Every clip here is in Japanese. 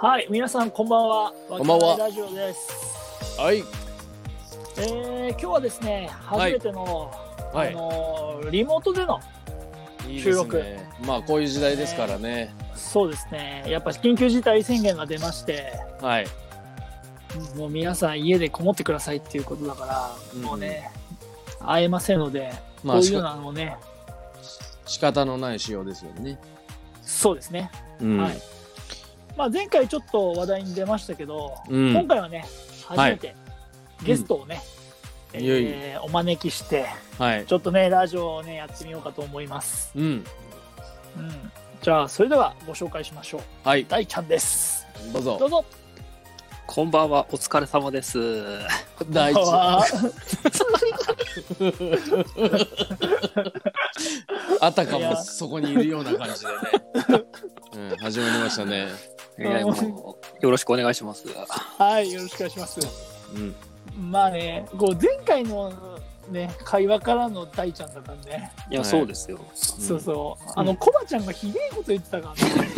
はい、皆さんこんばんは。こんばんはラジオです。はい。えー、今日はですね、初いめての、はあいのーリモートでの、いい収録ですね。まあこういう時代ですからね。そうですね、やっぱ緊急事態宣言が出まして、はい。もう皆さん家でこもってくださいっていうことだから、うんもうね、会えませんので、まこあうしいうかのをね、仕方のない仕様ですよね。そうですね。うん。はいまあ、前回ちょっと話題に出ましたけど、うん今回はね、初めてゲストをね、うんえいよいーお招きして、はいち。ょっとね、ラジオをね、やってみようかと思います。うん。うん、じゃあそれではご紹介しましょうはい。大ちゃんですどうどぞう。ぞこんばんは、お疲れ様です。第一。わあたかいもやそこにいるような感じでね。うん。始まりましたね。いやもうよろしくお願いします。ー はいよろしくお願いしますうん。まあねこう前回のね会話からの大ちゃんだったんで、いや、はいそうですよ。そうそうあのコバちゃんがひでえこと言ってたからね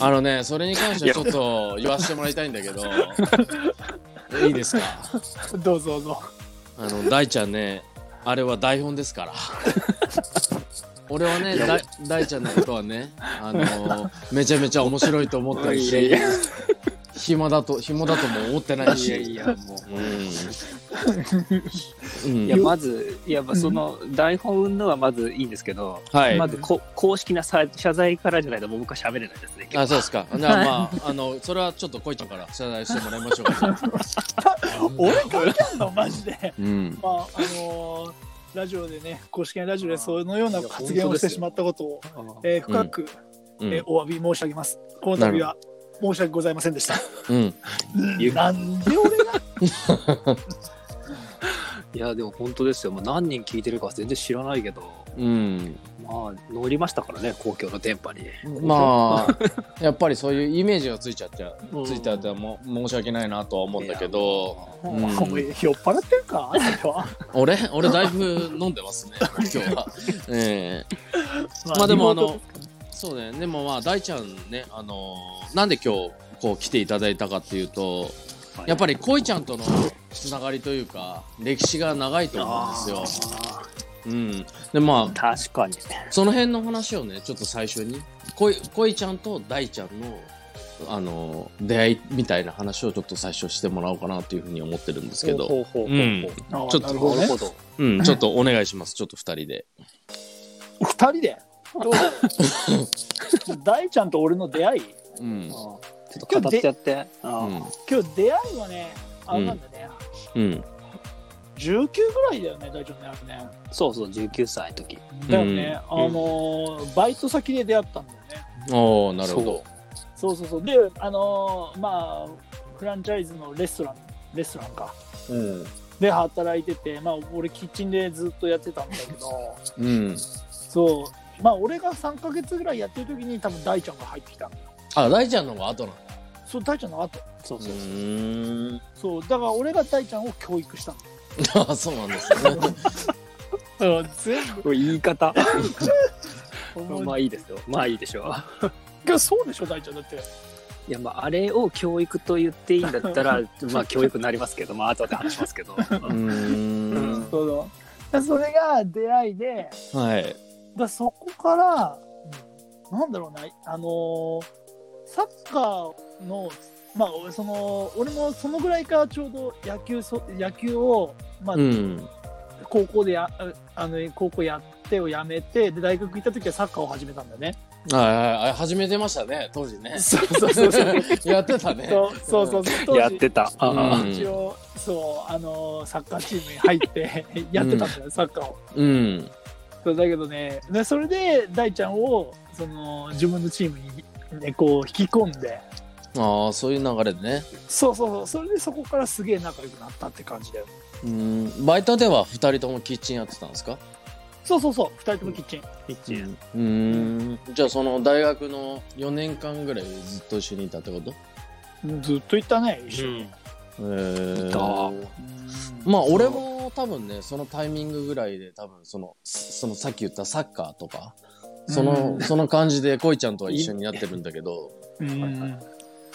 あのね、それに関してはちょっと言わせてもらいたいんだけど。いいですか。どうぞどうぞあの大ちゃんねあれは台本ですから俺はねだい大ちゃんのことはねあのめちゃめちゃ面白いと思ってるいやいしや暇だと暇だとも思ってないいしやいや、もうん、うう。んいや、まず、いや、まあその、台本云々はまずいいんですけど、はいまずこ、公式なさ謝罪からじゃないと僕は喋れないですね。あそうですかじゃあまああのそれはちょっとこいちゃんから謝罪してもらいましょうか、俺関係あんのマジでうん、まああのーラジオでね公式なラジオでそのような発言をしてしまったことを、えー深く、うんえーお詫び申し上げますこの度は申し訳ございませんでしたうんゆなんで俺がいや、でも本当ですよ。もう何人聞いてるかは全然知らないけど、うんまあ、乗りましたからね、公共の電波に。まあやっぱりそういうイメージがついちゃってうんついてあっても申し訳ないなとは思うんだけど、おうん前酔っ払ってるかそ れは俺俺だいぶ飲んでますね今日は、ええまあでリもあモートのそうねでもまあ大ちゃんねあのなんで今日こう来ていただいたかっていうとやっぱり、り恋ちゃんとのつながりというか歴史が長いと思うんですよあうんでまーあ確かに。その辺の話をねちょっと最初に恋恋ちゃんと大ちゃんのあの出会いみたいな話をちょっと最初してもらおうかなというふうに思ってるんですけどほうほうほうほううんあーちょっとなるほなどるねほど。うんちょっとお願いしますちょっと二人で二人でどうぞ大ちゃんと俺の出会いうんちょっと語っちゃって。うあん今日出会いはねあれなんだね、うん19ぐらいだよね大ちゃんの出会いねーそうそう、19歳の時。だよね、うんあのーバイト先で出会ったんだよねおおなるほそうど。そうそうそうであのーまあフランチャイズのレストランレストランかうんで働いててまあ俺キッチンでずっとやってたんだけどうん。そうまあ俺が3ヶ月ぐらいやってる時に多分大ちゃんが入ってきたんだよあ、大ちゃんの方が後なんだ。そう大ちゃんの後そううそうそう。ーん。そうだから俺が大ちゃんを教育したん あ、そうなんですね。 だよ全言い 方。部まあいいですよ。まあいいでしょう。そうでしょ大ちゃんだっていや、まああれを教育と言っていいんだったら、まあ教育になりますけど、まあ後で話しますけど。うーん。そうだからそれが出会いでだかはい。らそこから、なんだろうなあのーサッカーのまあ俺その俺もそのぐらいからちょうど野球そ野球を、まあうん。高校でやあの高校やってをやめてで大学行った時はサッカーを始めたんだよね。はいはいはい。始めてましたね、当時ね。そうそうそうそう やってたね。そうそうそう当時やってた。あうあん一応そうあのーサッカーチームに入ってやってたんだよ、サッカーをうん。そうだけどねでそれで大ちゃんをその自分のチームに、ね、こう引き込んでああ、そういう流れでね。そうそうそうそれでそこからすげえ仲良くなったって感じだようん。バイトでは二人ともキッチンやってたんですかそうそうそう2人ともキッチン、キッチン。うーん。じゃあ、その大学の4年間ぐらいずっと一緒にいたってことずっと行ったね一緒に、えーいたうんまあ俺も多分ねそのタイミングぐらいで多分そのそのさっき言ったサッカーとかその、うんその感じで恋ちゃんとは一緒になってるんだけどうんはいは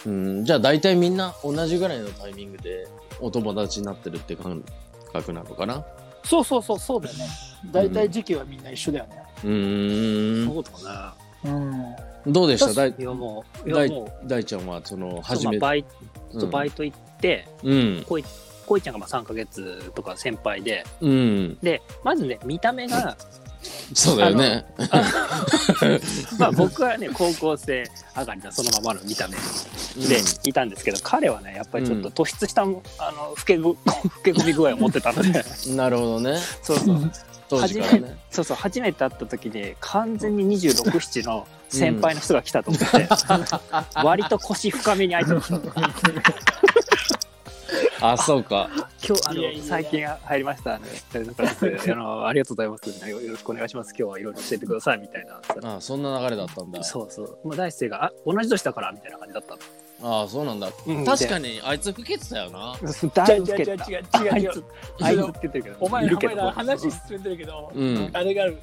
うん、じゃあ大体みんな同じぐらいのタイミングでお友達になってるって感覚なのかなそうそうそうそうだよね大体時期はみんな一緒だよねうーんそうだうんどうでした確だいね。いやもう、い大やも大ちゃんはそのう、そう初まあめて、バイうト、んバイト行って、うんこいちゃんがまあ3ヶ月とか先輩で、うんで、まずね、見た目が、そうだよねまあ僕はね、高校生上がりのそのままの見た目 でいたんですけど、彼はね、やっぱりちょっと突出した、あの、老けぐ老け込み具合を持ってたの で、うんなるほどねそう そう。当時からねそうそう初めて会った時に完全に267の先輩の人が来たと思って、割と腰深めに入ってましたあそうか今日あいやいやの最近入りまし たねあのありがとうございますみたいなよろしくお願いします今日はいろいろ教えてくださいみたいなあそんな流れだったんだそうそう、まあ、大生があ同じ年だからみたいな感じだったあそうなんだうん確かにあいつ老けてたよなの違だいうぶ老違けう違うてた違うあ違いうつあいつって言ってるけどお前いらるおけ前どら話進んでるけど、うんあれがある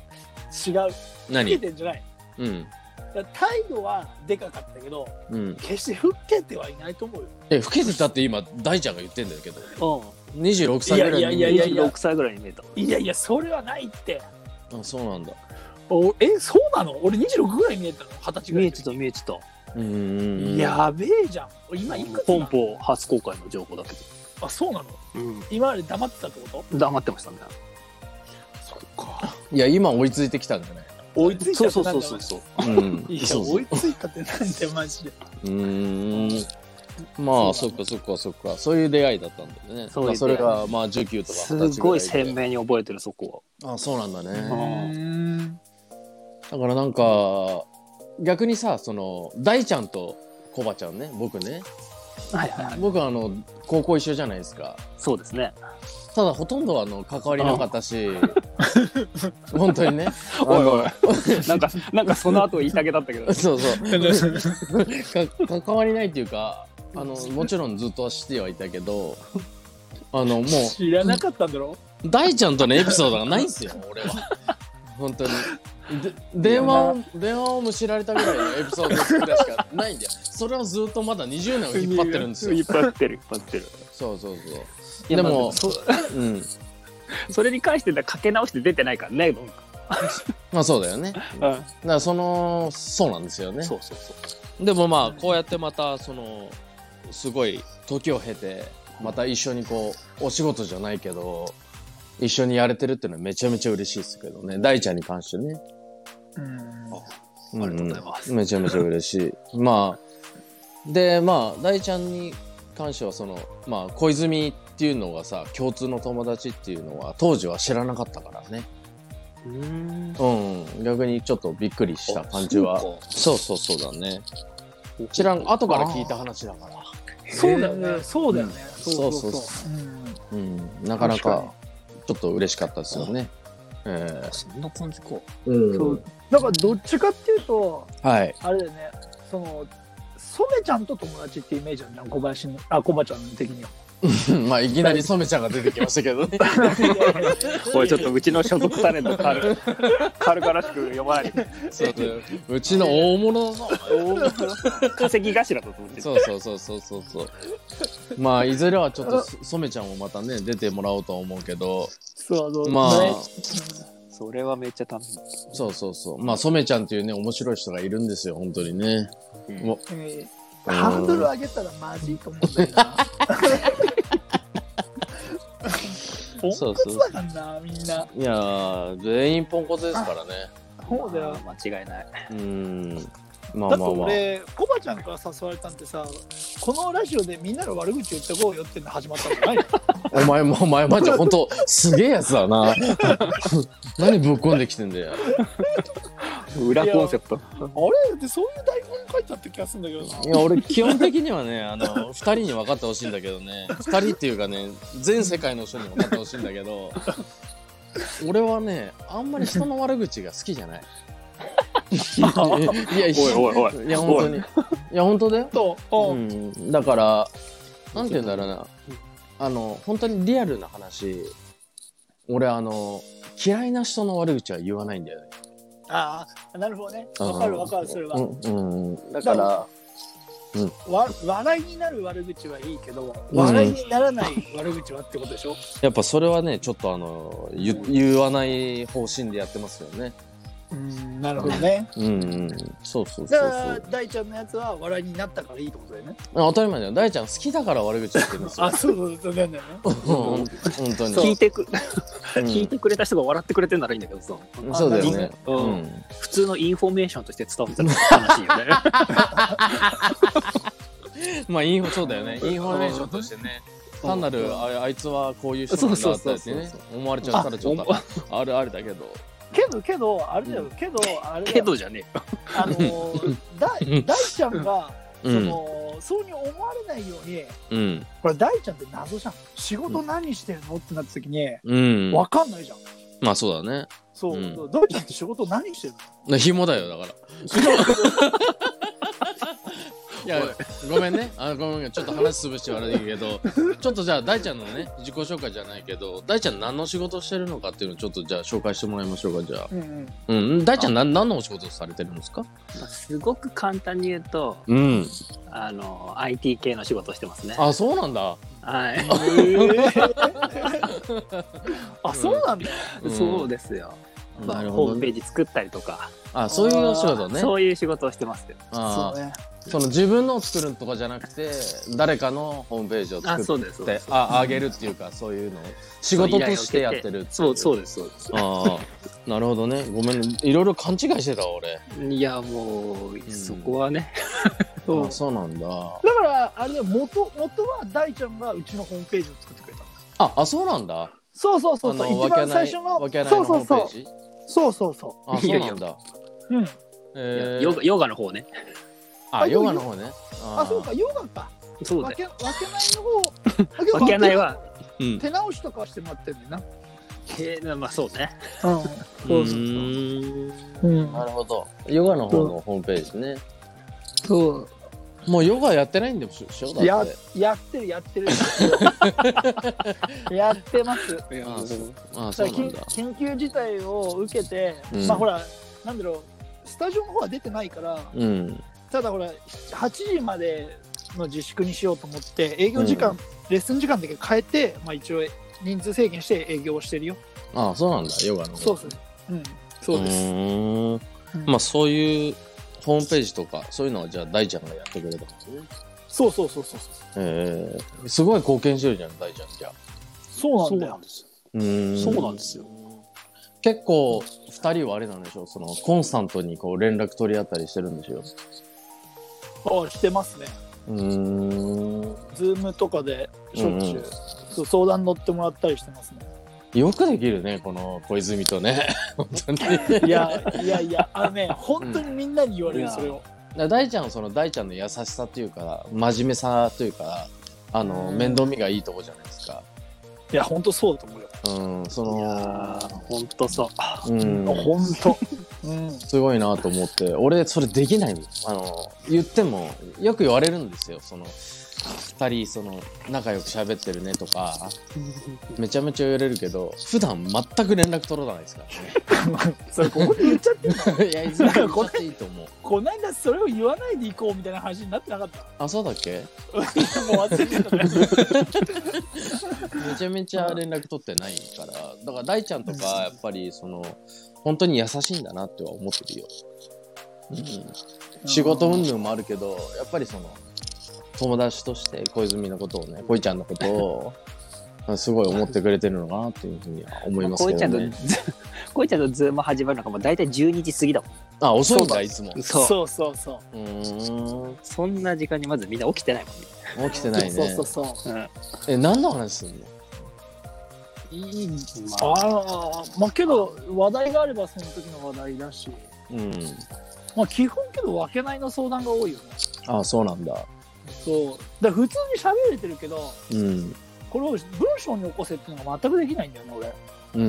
違う老け何てんじゃないうんだから態度はでかかったけどうん決して老けてはいないと思うよえ老けてたって今大ちゃんが言ってんだけどう26歳ぐらいいやいやいや6歳ぐらいに見えたいやいやそれはないってあそうなんだおえそうなの俺26ぐらい見えたの二十歳ぐ見らえいてた見えてたうんうんうんやべえじゃん俺今いくつな本の邦初公開の情報だけあそうなのど、うん、今まで黙ってたってこと黙ってましたねそっかいや今追いついてきたんじゃない追いついそたうってそなんだようそうそうそうう んいやそうそう追いついたってなんだよマジでうーんまあそっかそっかそっかそういう出会いだったんだよねそういうまあ、それがまあ19とかす20歳ごぐらいいで鮮明に覚えてるそこあそうなんだうねーんだからなんか逆にさその大ちゃんとコバちゃんね僕ねははいはいはい僕はあの高校一緒じゃないですかそうです ねただほとんどあの関わりなかった し本当にねあのおいおいなんかなんかその後言いたけだったけど そうそうか関わりないっていうかあのもちろんずっと知ってはいたけどあのもう知らなかったんだろ大ちゃんとのエピソードがないん ですよ、俺は。本当に。で電話を、電話をむしられたぐらいのエピソードぐらいしかないんだよ。それをずっとまだ20年を引っ張ってるんです引よっ。張ってる引っ張ってるそうそういやでもまあそそう。うん。それに関してだからかけ直して出てないからね、まあそうだよね。だかん、らその、そうなんですよね。そうそうそうでもまあ、こうやってまた、その、すごい時を経て、また一緒にこう、お仕事じゃないけど、一緒にやれてるっていうのはめちゃめちゃ嬉しいですけどね。大ちゃんに関してね。うんありがとうございますんめちゃめちゃ嬉し い。まあ、で、まあ、大ちゃんに関しては、その、まあ、小泉っていうのがさ、共通の友達っていうのは、当時は知らなかったからね。うんうん、逆にちょっとびっくりした感じは。そうかそうそうそうだね。知らん、後から聞いた話だから。そうだよねそうだよねんそうそうそそうううんうん、なかな確かか、ちょっと嬉しかったですよね。えそんな感じかえそうだからどっちかっていうとはい。 あれだよねその染ちゃんと友達ってイメージなんじゃん小林のあ小バちゃん的には まあ、いきなり染ちゃんが出てきましたけどね。これちょっとうちの所属タレント軽 軽々しく読まないでそううちの大物だぞ。稼ぎ頭だと思ってそうそうそうそうそうそう。まあいずれはちょっとそ染ちゃんもまたね出てもらおうとは思うけど、そうそうまあねそれはめっちゃ楽しそうそうそう。まあ染ちゃんっていうね面白い人がいるんですよ本当にね。み、もえー ハードル上げたらマジと思うんだけどなポン そコうそうツだからなみんなういやー全員ポンコツですからね。そうだよあー間違いないうーん。まあだってまあまあ。俺コバちゃんから誘われたんってさこのラジオでみんなの悪口言ってこうよっていうの始まったんじゃないのお前もお前マジ本当すげえやつだな。何ぶっこんできてんだよ。裏コンセプトあれだってそういう台本書いてあった気がするんだけどないや俺基本的にはねあの二人に分かってほしいんだけどね二人っていうかね全世界の人に分かってほしいんだけど俺はねあんまり人の悪口が好きじゃないいやいおいおいおいや本当にいや本当だよ、と、ううんん、だからなんて言うんだろうなあの本当にリアルな話俺あの嫌いな人の悪口は言わないんだよねああなるほどねわかるわかるそれは、うんうん、だからわ笑いになる悪口はいいけど、うん笑いにならない悪口はってことでしょ、やっぱそれはねちょっとあの言言わない方針でやってますよねうん、なるほどね。うん、うん、そうそうそうそだからう大ちゃんのやつは笑いになったからいいってことだよね。あ当たり前だよ大ちゃん好きだから悪口言ってるんですよあ、そうそうなんだよね。 本当に聞いてく、うん聞いてくれた人が笑ってくれてんならいいんだけどさ、そうだよねううんん普通のインフォメーションとして伝 わったら悲しいよね。まあインフォそうだよねインフォメーションとしてね単なるああいつはこういう人なんだってそうそうそうねそ思われちゃったらちょっあ思わとあるあるだけどけど、けど、あれだよ、けど、あれだけよ、どじゃねえよ。あのー、だ大ちゃんが、うそんの、そうに思われないように、うんこれ大ちゃんって謎じゃん。仕事何してるのってなった時に、うんわかんないじゃん。まあそうだねそう、うん大ちゃんって仕事何してるのな紐だよだから いやごめんねあごめんちょっと話潰して悪いけどちょっとじゃあ大ちゃんのね自己紹介じゃないけど大ちゃん何の仕事してるのかっていうのをちょっとじゃあ紹介してもらいましょうかじゃあうんうん。うん大ちゃん何何のお仕事をされてるんですかまあすごく簡単に言うと、うんあの、IT 系の仕事をしてますね。あそうなんだはい。あ、そうなんだ。うんそうですよ。まなあるほホーどムペねージ作ったりとか、あそういうお仕事ねそういう仕事をしてますよ。 あそーうね。その自分のを作るとかじゃなくて誰かのホームページをあ、作っそうです。そうでてすああげるっていうかそういうのを仕事としてやってるそうそううです。そうです。ああなるほどねごめんねいろいろ勘違いしてたわ俺いや、もう、そこはね。そう あそうなんだだから、あれだよ、元、元は大ちゃんがうちのホームページを作ってくれたの。ああそうなんだそうそうそあうそのう、一わけ番な最い初わの。けないそのうホそーうムそう。ページそうそうそあいそやういやなんだう。うん。いやえーヨガヨガの方ね。あヨガの方ねあ、そうか、ヨガか。そうわだよ。け、わけないの 方。だけどわけない。は、うん手直しとかはしてもらってんねんな。えーまあそうね。うーんうん。なるほどヨガの方のホームページねそもうヨガやってないんでしょうん。だやって、やってる、や ってる。やってます。いやあもうあそうなん緊だ緊急事態を受けて、うんまあほら、なんだろう、スタジオの方は出てないから、うんただほら、8時までの自粛にしようと思って、営業時間、うレッスン時間だけ変えて、まあ一応、人数制限して営業をしてるよ。あそうなんだヨガの方そうそう。うん。そうです。ーんうんまあそういうホームページとかそういうのはじゃあ大ちゃんがやってくれたんですね。そうそうそうそう。えー、すごい貢献してるじゃん大ちゃんじゃあ。そうなそんうだなよん。ですよ。うーそうなんですよ。結構2人はあれなんでしょうそのコンスタントにこう連絡取り合ったりしてるんでしょう。あしてますね。うーんズームとかでしょっちゅう、そう相談乗ってもらったりして ますね。よくできるねこの小泉と ね本当にいや、いやいや、あのね、本当にみんなに言われうる、んそれを。だから大ちゃんはその大ちゃんの優しさというか真面目さというかあのうん面倒見がいいとこじゃないですか。いや、本当そうだと思うよ。うんそいのや本当そう。うん本 当。うん。すごいなと思って俺それできないあの言ってもよく言われるんですよその2人その仲良く喋ってるねとかめちゃめちゃ言われるけど普段全く連絡取らないですかそれここで言っちゃって、らね いやいつも言っちゃっていいと思うこないだそれを言わないでいこうみたいな話になってなか った。あそうだっもけう忘れてたね。めちゃめちゃ連絡取ってないからだから大ちゃんとかやっぱりその本当に優しいんだなっては思ってるよ、うん、仕事云々もあるけどやっぱりその友達として小泉のことをね恋ちゃんのことをすごい思ってくれてるのかなっていうふうには思いまあますこけいちゃどんと ね、こいちゃんとズーム始まるのがもう大体12時過ぎだもん。あ遅いんだいつもそうそうそうそう。うーんそんな時間にまずみんな起きてないもんね。起きてないねそうそうそう。え何の話するのいい、まあ、ああ、まあけど、話題があればその時の話題だし、うんまあ基本けど、分けないの相談が多いよね。あそうなんだそう。だから普通に喋れてるけど、うんこれを文章に起こせっていうのが全くできないんだよね、俺。うんうん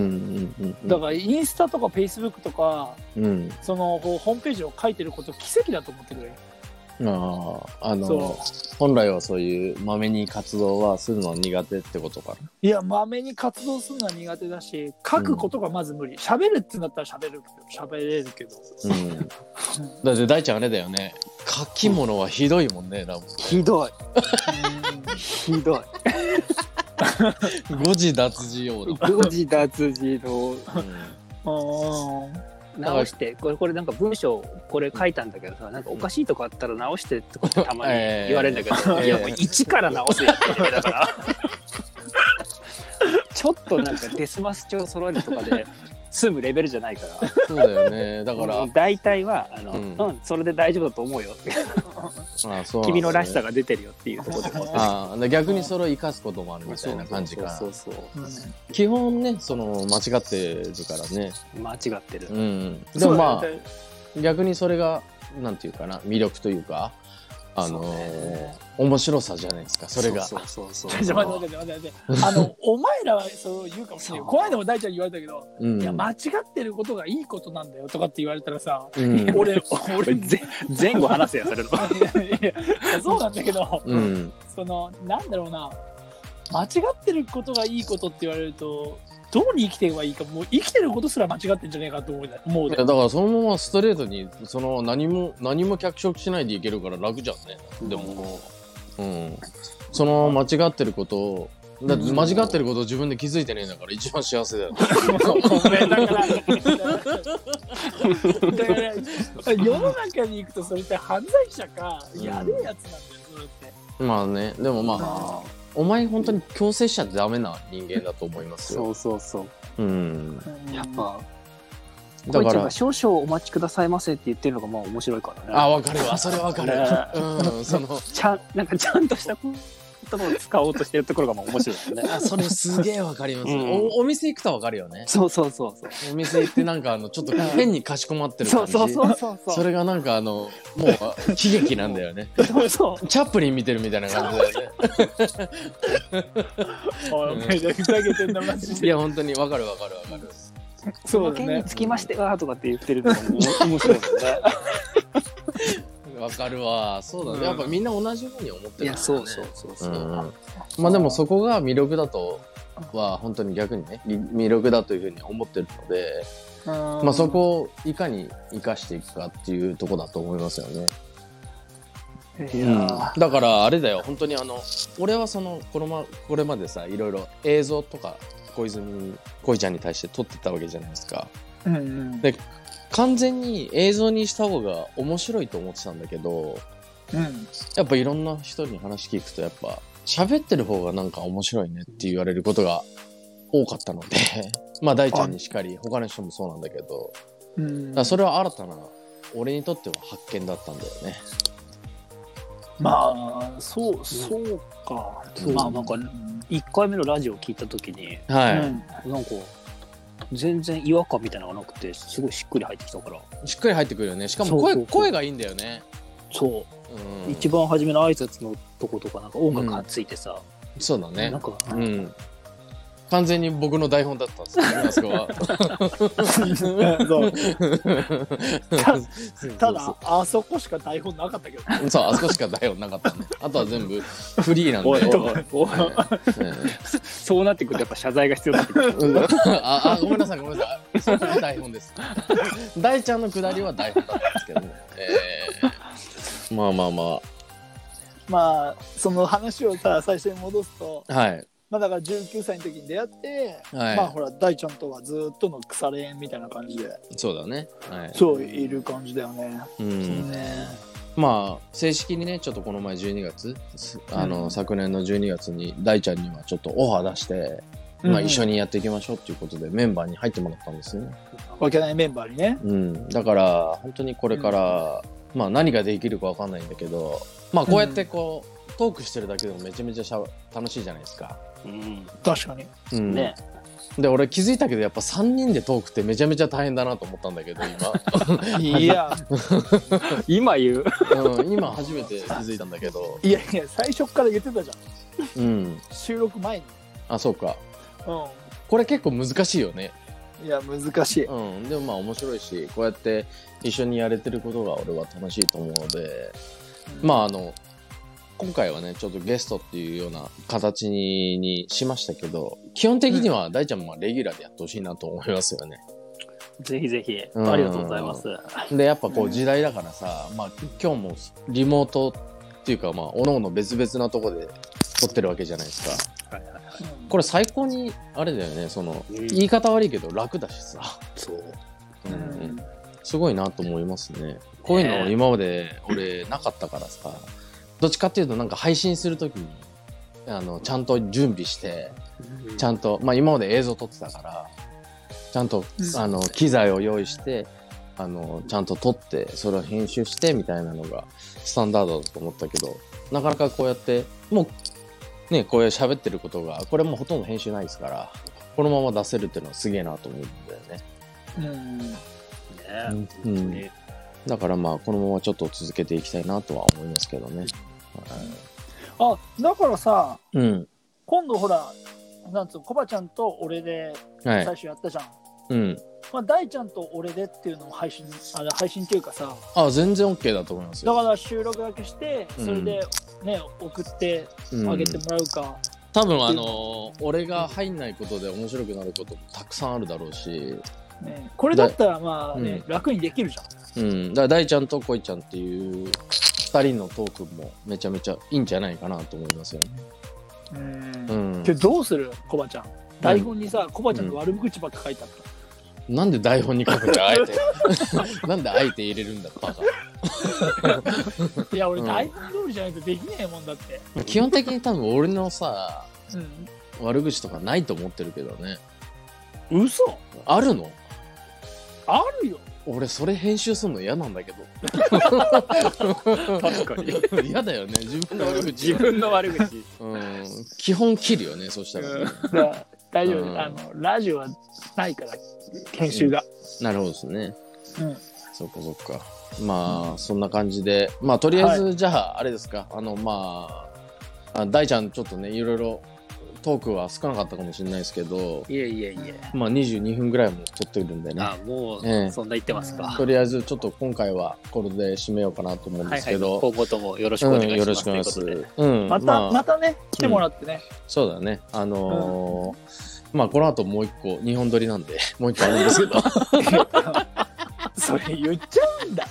うんうんだからインスタとかフェイスブックとか、うんそのこうホームページを書いてること奇跡だと思ってくれ。あああのそ本来はそういうまめに活動はするのは苦手ってことかいや、まめに活動するのは苦手だし、書くことがまず無理。喋、るってなったら喋るけど、喋れるけど。な、うん、だって大ちゃんあれだよね書き物はひどいもんね、ラモひどい。 ひどい。ン。誤字脱字用の。誤字脱字のううんん直して、これ、これなんか文章、これ書いたんだけどさ、なんかおかしいとこあったら直してってことたまにええ言われるんだけど、ええいや、もう一から直せよって言ってだから。 ちょっとなんかデスマス調揃えるとかで済むレベルじゃないから。そうだよね。だ から、大体はあの、ううんんそれで大丈夫だと思うよあそうなんですね君のらしさが出てるよっていうところでもあで逆にそれを生かすこともあるみたいな感じかそうそうそうう基本ねその間違ってるからね、そう間違ってる、うん、んでもまそうだよねあ逆にそれがなんていうかな魅力というかあのそうーね面白さじゃないですかそれがそうそうそうち ょちょ待って待って待って待ってあのお前らはそう言うかもしれないそうこの間も大ちゃんに言われたけど、うんいや間違ってることがいいことなんだよとかって言われたらさうん俺 俺ぜ前後話せよそれのいやい やそうなんだけど、うんそのなんだろうな間違ってることがいいことって言われるとどうに生きていけばいいかもう生きてることすら間違ってんじゃねえかと思うじゃん思うい でやだからそのままストレートにその何も何も脚色しないでいけるから楽じゃんねでも、うん、その間違ってることをだって間違ってることを自分で気づいてねえんだから一番幸せだよ、ごめんだからだから世の中に行くとそれって犯罪者かやべえやつなんだよそれって。まあねでもまああお前本当に強制しちゃダメな人間だと思いますよ。そうそうそううん。やっぱだかこいちゃんらが、少々お待ちくださいませって言ってるのがまあ面白いからねあ、わかるわ、それわかる。うん、その、ちゃんなんかちゃんとした言葉を使おうとしてるところがまあ面白いよねあ、それすげえわかります、うんお。お店行くとわかるよね。 そうそうそうそうお店行ってなんかあの、ちょっと変にかしこまってるそ感うじ。そうそうそうそうそれがなんかあの、もうあ悲劇なんだよね。そうそうチャップリン見てるみたいな感じだよね。おいめちゃくちゃげてんだマジ いで。や、本当にわかるわかるわかる。そのだ件につきましてはとかって言ってるのがもう面白いよね。 わかるわ。そうだね。うんやっぱみんな同じふうに思ってるからねそううんまあでもそこが魅力だとは本当に逆にねみ魅力だというふうに思ってるので、まあ、そこをいかに生かしていくかっていうとこだと思いますよね、いやうんだからあれだよ本当にあの俺はそのこの、ま、これまでさいろいろ映像とか小泉恋ちゃんに対して撮ってたわけじゃないですかうんうんで完全に映像にした方が面白いと思ってたんだけどうんやっぱいろんな人に話聞くとやっぱ喋ってる方がなんか面白いねって言われることが多かったので まあ大ちゃんにしかり他の人もそうなんだけどうんだからそれは新たな俺にとっては発見だったんだよね。まあそうそうか、そうまあなんか、一回目のラジオを聞いた時にはい、なんか全然違和感みたいなのがなくてすごいしっくり入ってきたからしっかり入ってくるよねしかもそうそう声そう声がいいんだよね。そうう、ん、一番初めの挨拶のとことかなんか音楽がついてさ、そうだねなんか、うん完全に僕の台本だったんですよね、あそこは。そうたたそうだあそこしか台本なかったけどそうそう、あそこしか台本なかったね。あとは全部フリーなんで。おいおはいおいいそうなってくるとやっぱ謝罪が必要だってくるうんああごめんなさいごめんなさいそこは台本です 大ちゃんのくだりは台本だったんですけどね、えーまあまあままあその話をさ最初に戻すと、あはいまあ、だから19歳の時に出会って、はい、まあほら大ちゃんとはずっとの腐れ縁みたいな感じでそうだね、はいそういる感じだよね。う、そうんねまあ正式にねちょっとこの前12月すあの、うん昨年の12月に大ちゃんにはちょっとオファー出して、まあ、一緒ににやっていきましょうっていうことでメンバーに入ってもらったんですね、わけないメンバーにね。うん、だから本当にこれから、まあ何ができるかわかんないんだけどまあこうやってこう、トークしてるだけでもめちゃめちゃしゃ楽しいじゃないですか。うん確 かに。うんねで俺気づいたけどやっぱ3人でトークってめちゃめちゃ大変だなと思ったんだけどいや今言う今、うん、今初めて気づいたんだけど、いやいや最初から言ってたじゃんうん、収録前に。あそうかうんこれ結構難しいよね、いや難しい。うん、でもまあ面白いしこうやって一緒にやれてることが俺は楽しいと思うのでまああの今回はねちょっとゲストっていうような形にしましたけど基本的には大ちゃんもレギュラーでやってほしいなと思いますよね。ぜひぜひ、うんありがとうございます。でやっぱこう時代だからさ、まあ、今日もリモートっていうかまあおのの別々なとこで撮ってるわけじゃないですかはいはいはいこれ最高にあれだよねそのうん言い方悪いけど楽だしさ、そううんうんうんすごいなと思いますねこういうの今まで俺なかったからさどっちかっていうとなんか配信するときにあのちゃんと準備してちゃんと、まあ、今まで映像撮ってたからちゃんとうんあの機材を用意してあのちゃんと撮ってそれを編集してみたいなのがスタンダードだと思ったけどなかなかこうやってもうねこういう喋ってることがこれもうほとんど編集ないですからこのまま出せるっていうのはすげえなと思うんだよねうんねうん本当にだからまあこのままちょっと続けていきたいなとは思いますけどね、あだからさうん今度ほらなんつうのコバちゃんと俺では最い初やったじゃん、うんまあ、大ちゃんと俺でっていうのを配信あれ配信っていうかさあ全然 OK だと思いますだよから収録だけしてそれでね、送ってあげてもらうか、多分あのー俺が入んないことで面白くなることもたくさんあるだろうし、ね、これだったらまあね、う楽にできるじゃんうん、だから大ちゃんとこいちゃんっていう2人のトークもめちゃめちゃいいんじゃないかなと思いますよね。う今ん、日どうするコバちゃん台本にさ、コバちゃんの悪口ばっか書いてあっなんで台本に書くんだあえて なんであえて入れるんだバカた、いや俺うん台本通りじゃないとできねえもんだって、基本的に多分俺のさうん、悪口とかないと思ってるけどね嘘あるのあるよ俺それ編集するの嫌なんだけど確かに。嫌だよね自分の悪口 自、分の悪口。うん、基本切るよねそしたらね、だ大丈夫、うんあのラジオはないから研修が、なるほどですねうんそっかそっか。まあ、そんな感じで、まあ、とりあえず、じゃあ、あれですか、あの、まあ、あ大ちゃん、ちょっとね、いろいろトークは少なかったかもしれないですけど、いえいえいえ。まあ、22分ぐらいも撮ってるんでね、あ、もええう、そんな言ってますか。とりあえず、ちょっと今回はこれで締めようかなと思うんはでいすはけい。ど、今後ともよろしくお願ういん、します。よろしくお願いしというこます。うん、また、まあまたね来てもらってね、そうだね。あのーまあ、この後もう一個、日本撮りなんで、 もう一個あるんですけ ど、それ言っちゃうんだ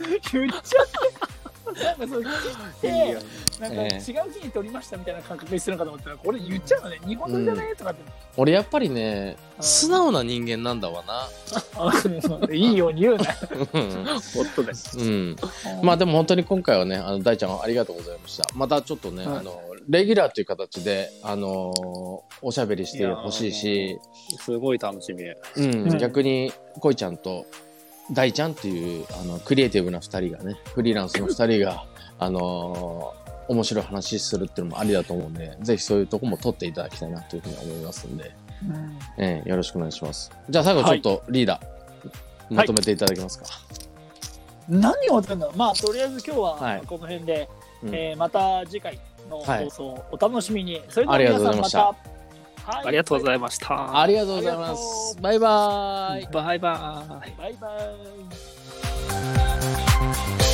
言っちゃうなんかそうとでいい 聞よいてなんか違ええう日に撮りましたみたいな感覚にするのかと思ったらこれ言っちゃうのね日本撮りじゃねとかって、俺、やっぱりね、うん素直な人間なんだわな。 あいいように言うなホットです。うん。まあでも本当に今回はね、あの大ちゃんありがとうございました。またちょっとね、はいあのレギュラーという形で、あのーおしゃべりしてほしいし、すごい楽しみ。うん、うん逆にこいちゃんと大ちゃんっていうあのクリエイティブな二人がね、フリーランスの二人が、あのー面白い話するっていうのもありだと思うんで、ぜひそういうとこも取っていただきたいなというふうに思いますんで、うんええよろしくお願いします。じゃあ最後ちょっとリーダー、まとめていただけますか。何をやってんだろうまあとりあえず今日はいはこの辺で、うんえーまた次回の放送をお楽しみに、それであはりが皆とうごさざんまいましたたはいありがとうございました。ありがとうございます。バイバーイ。バイバイ。バイバイ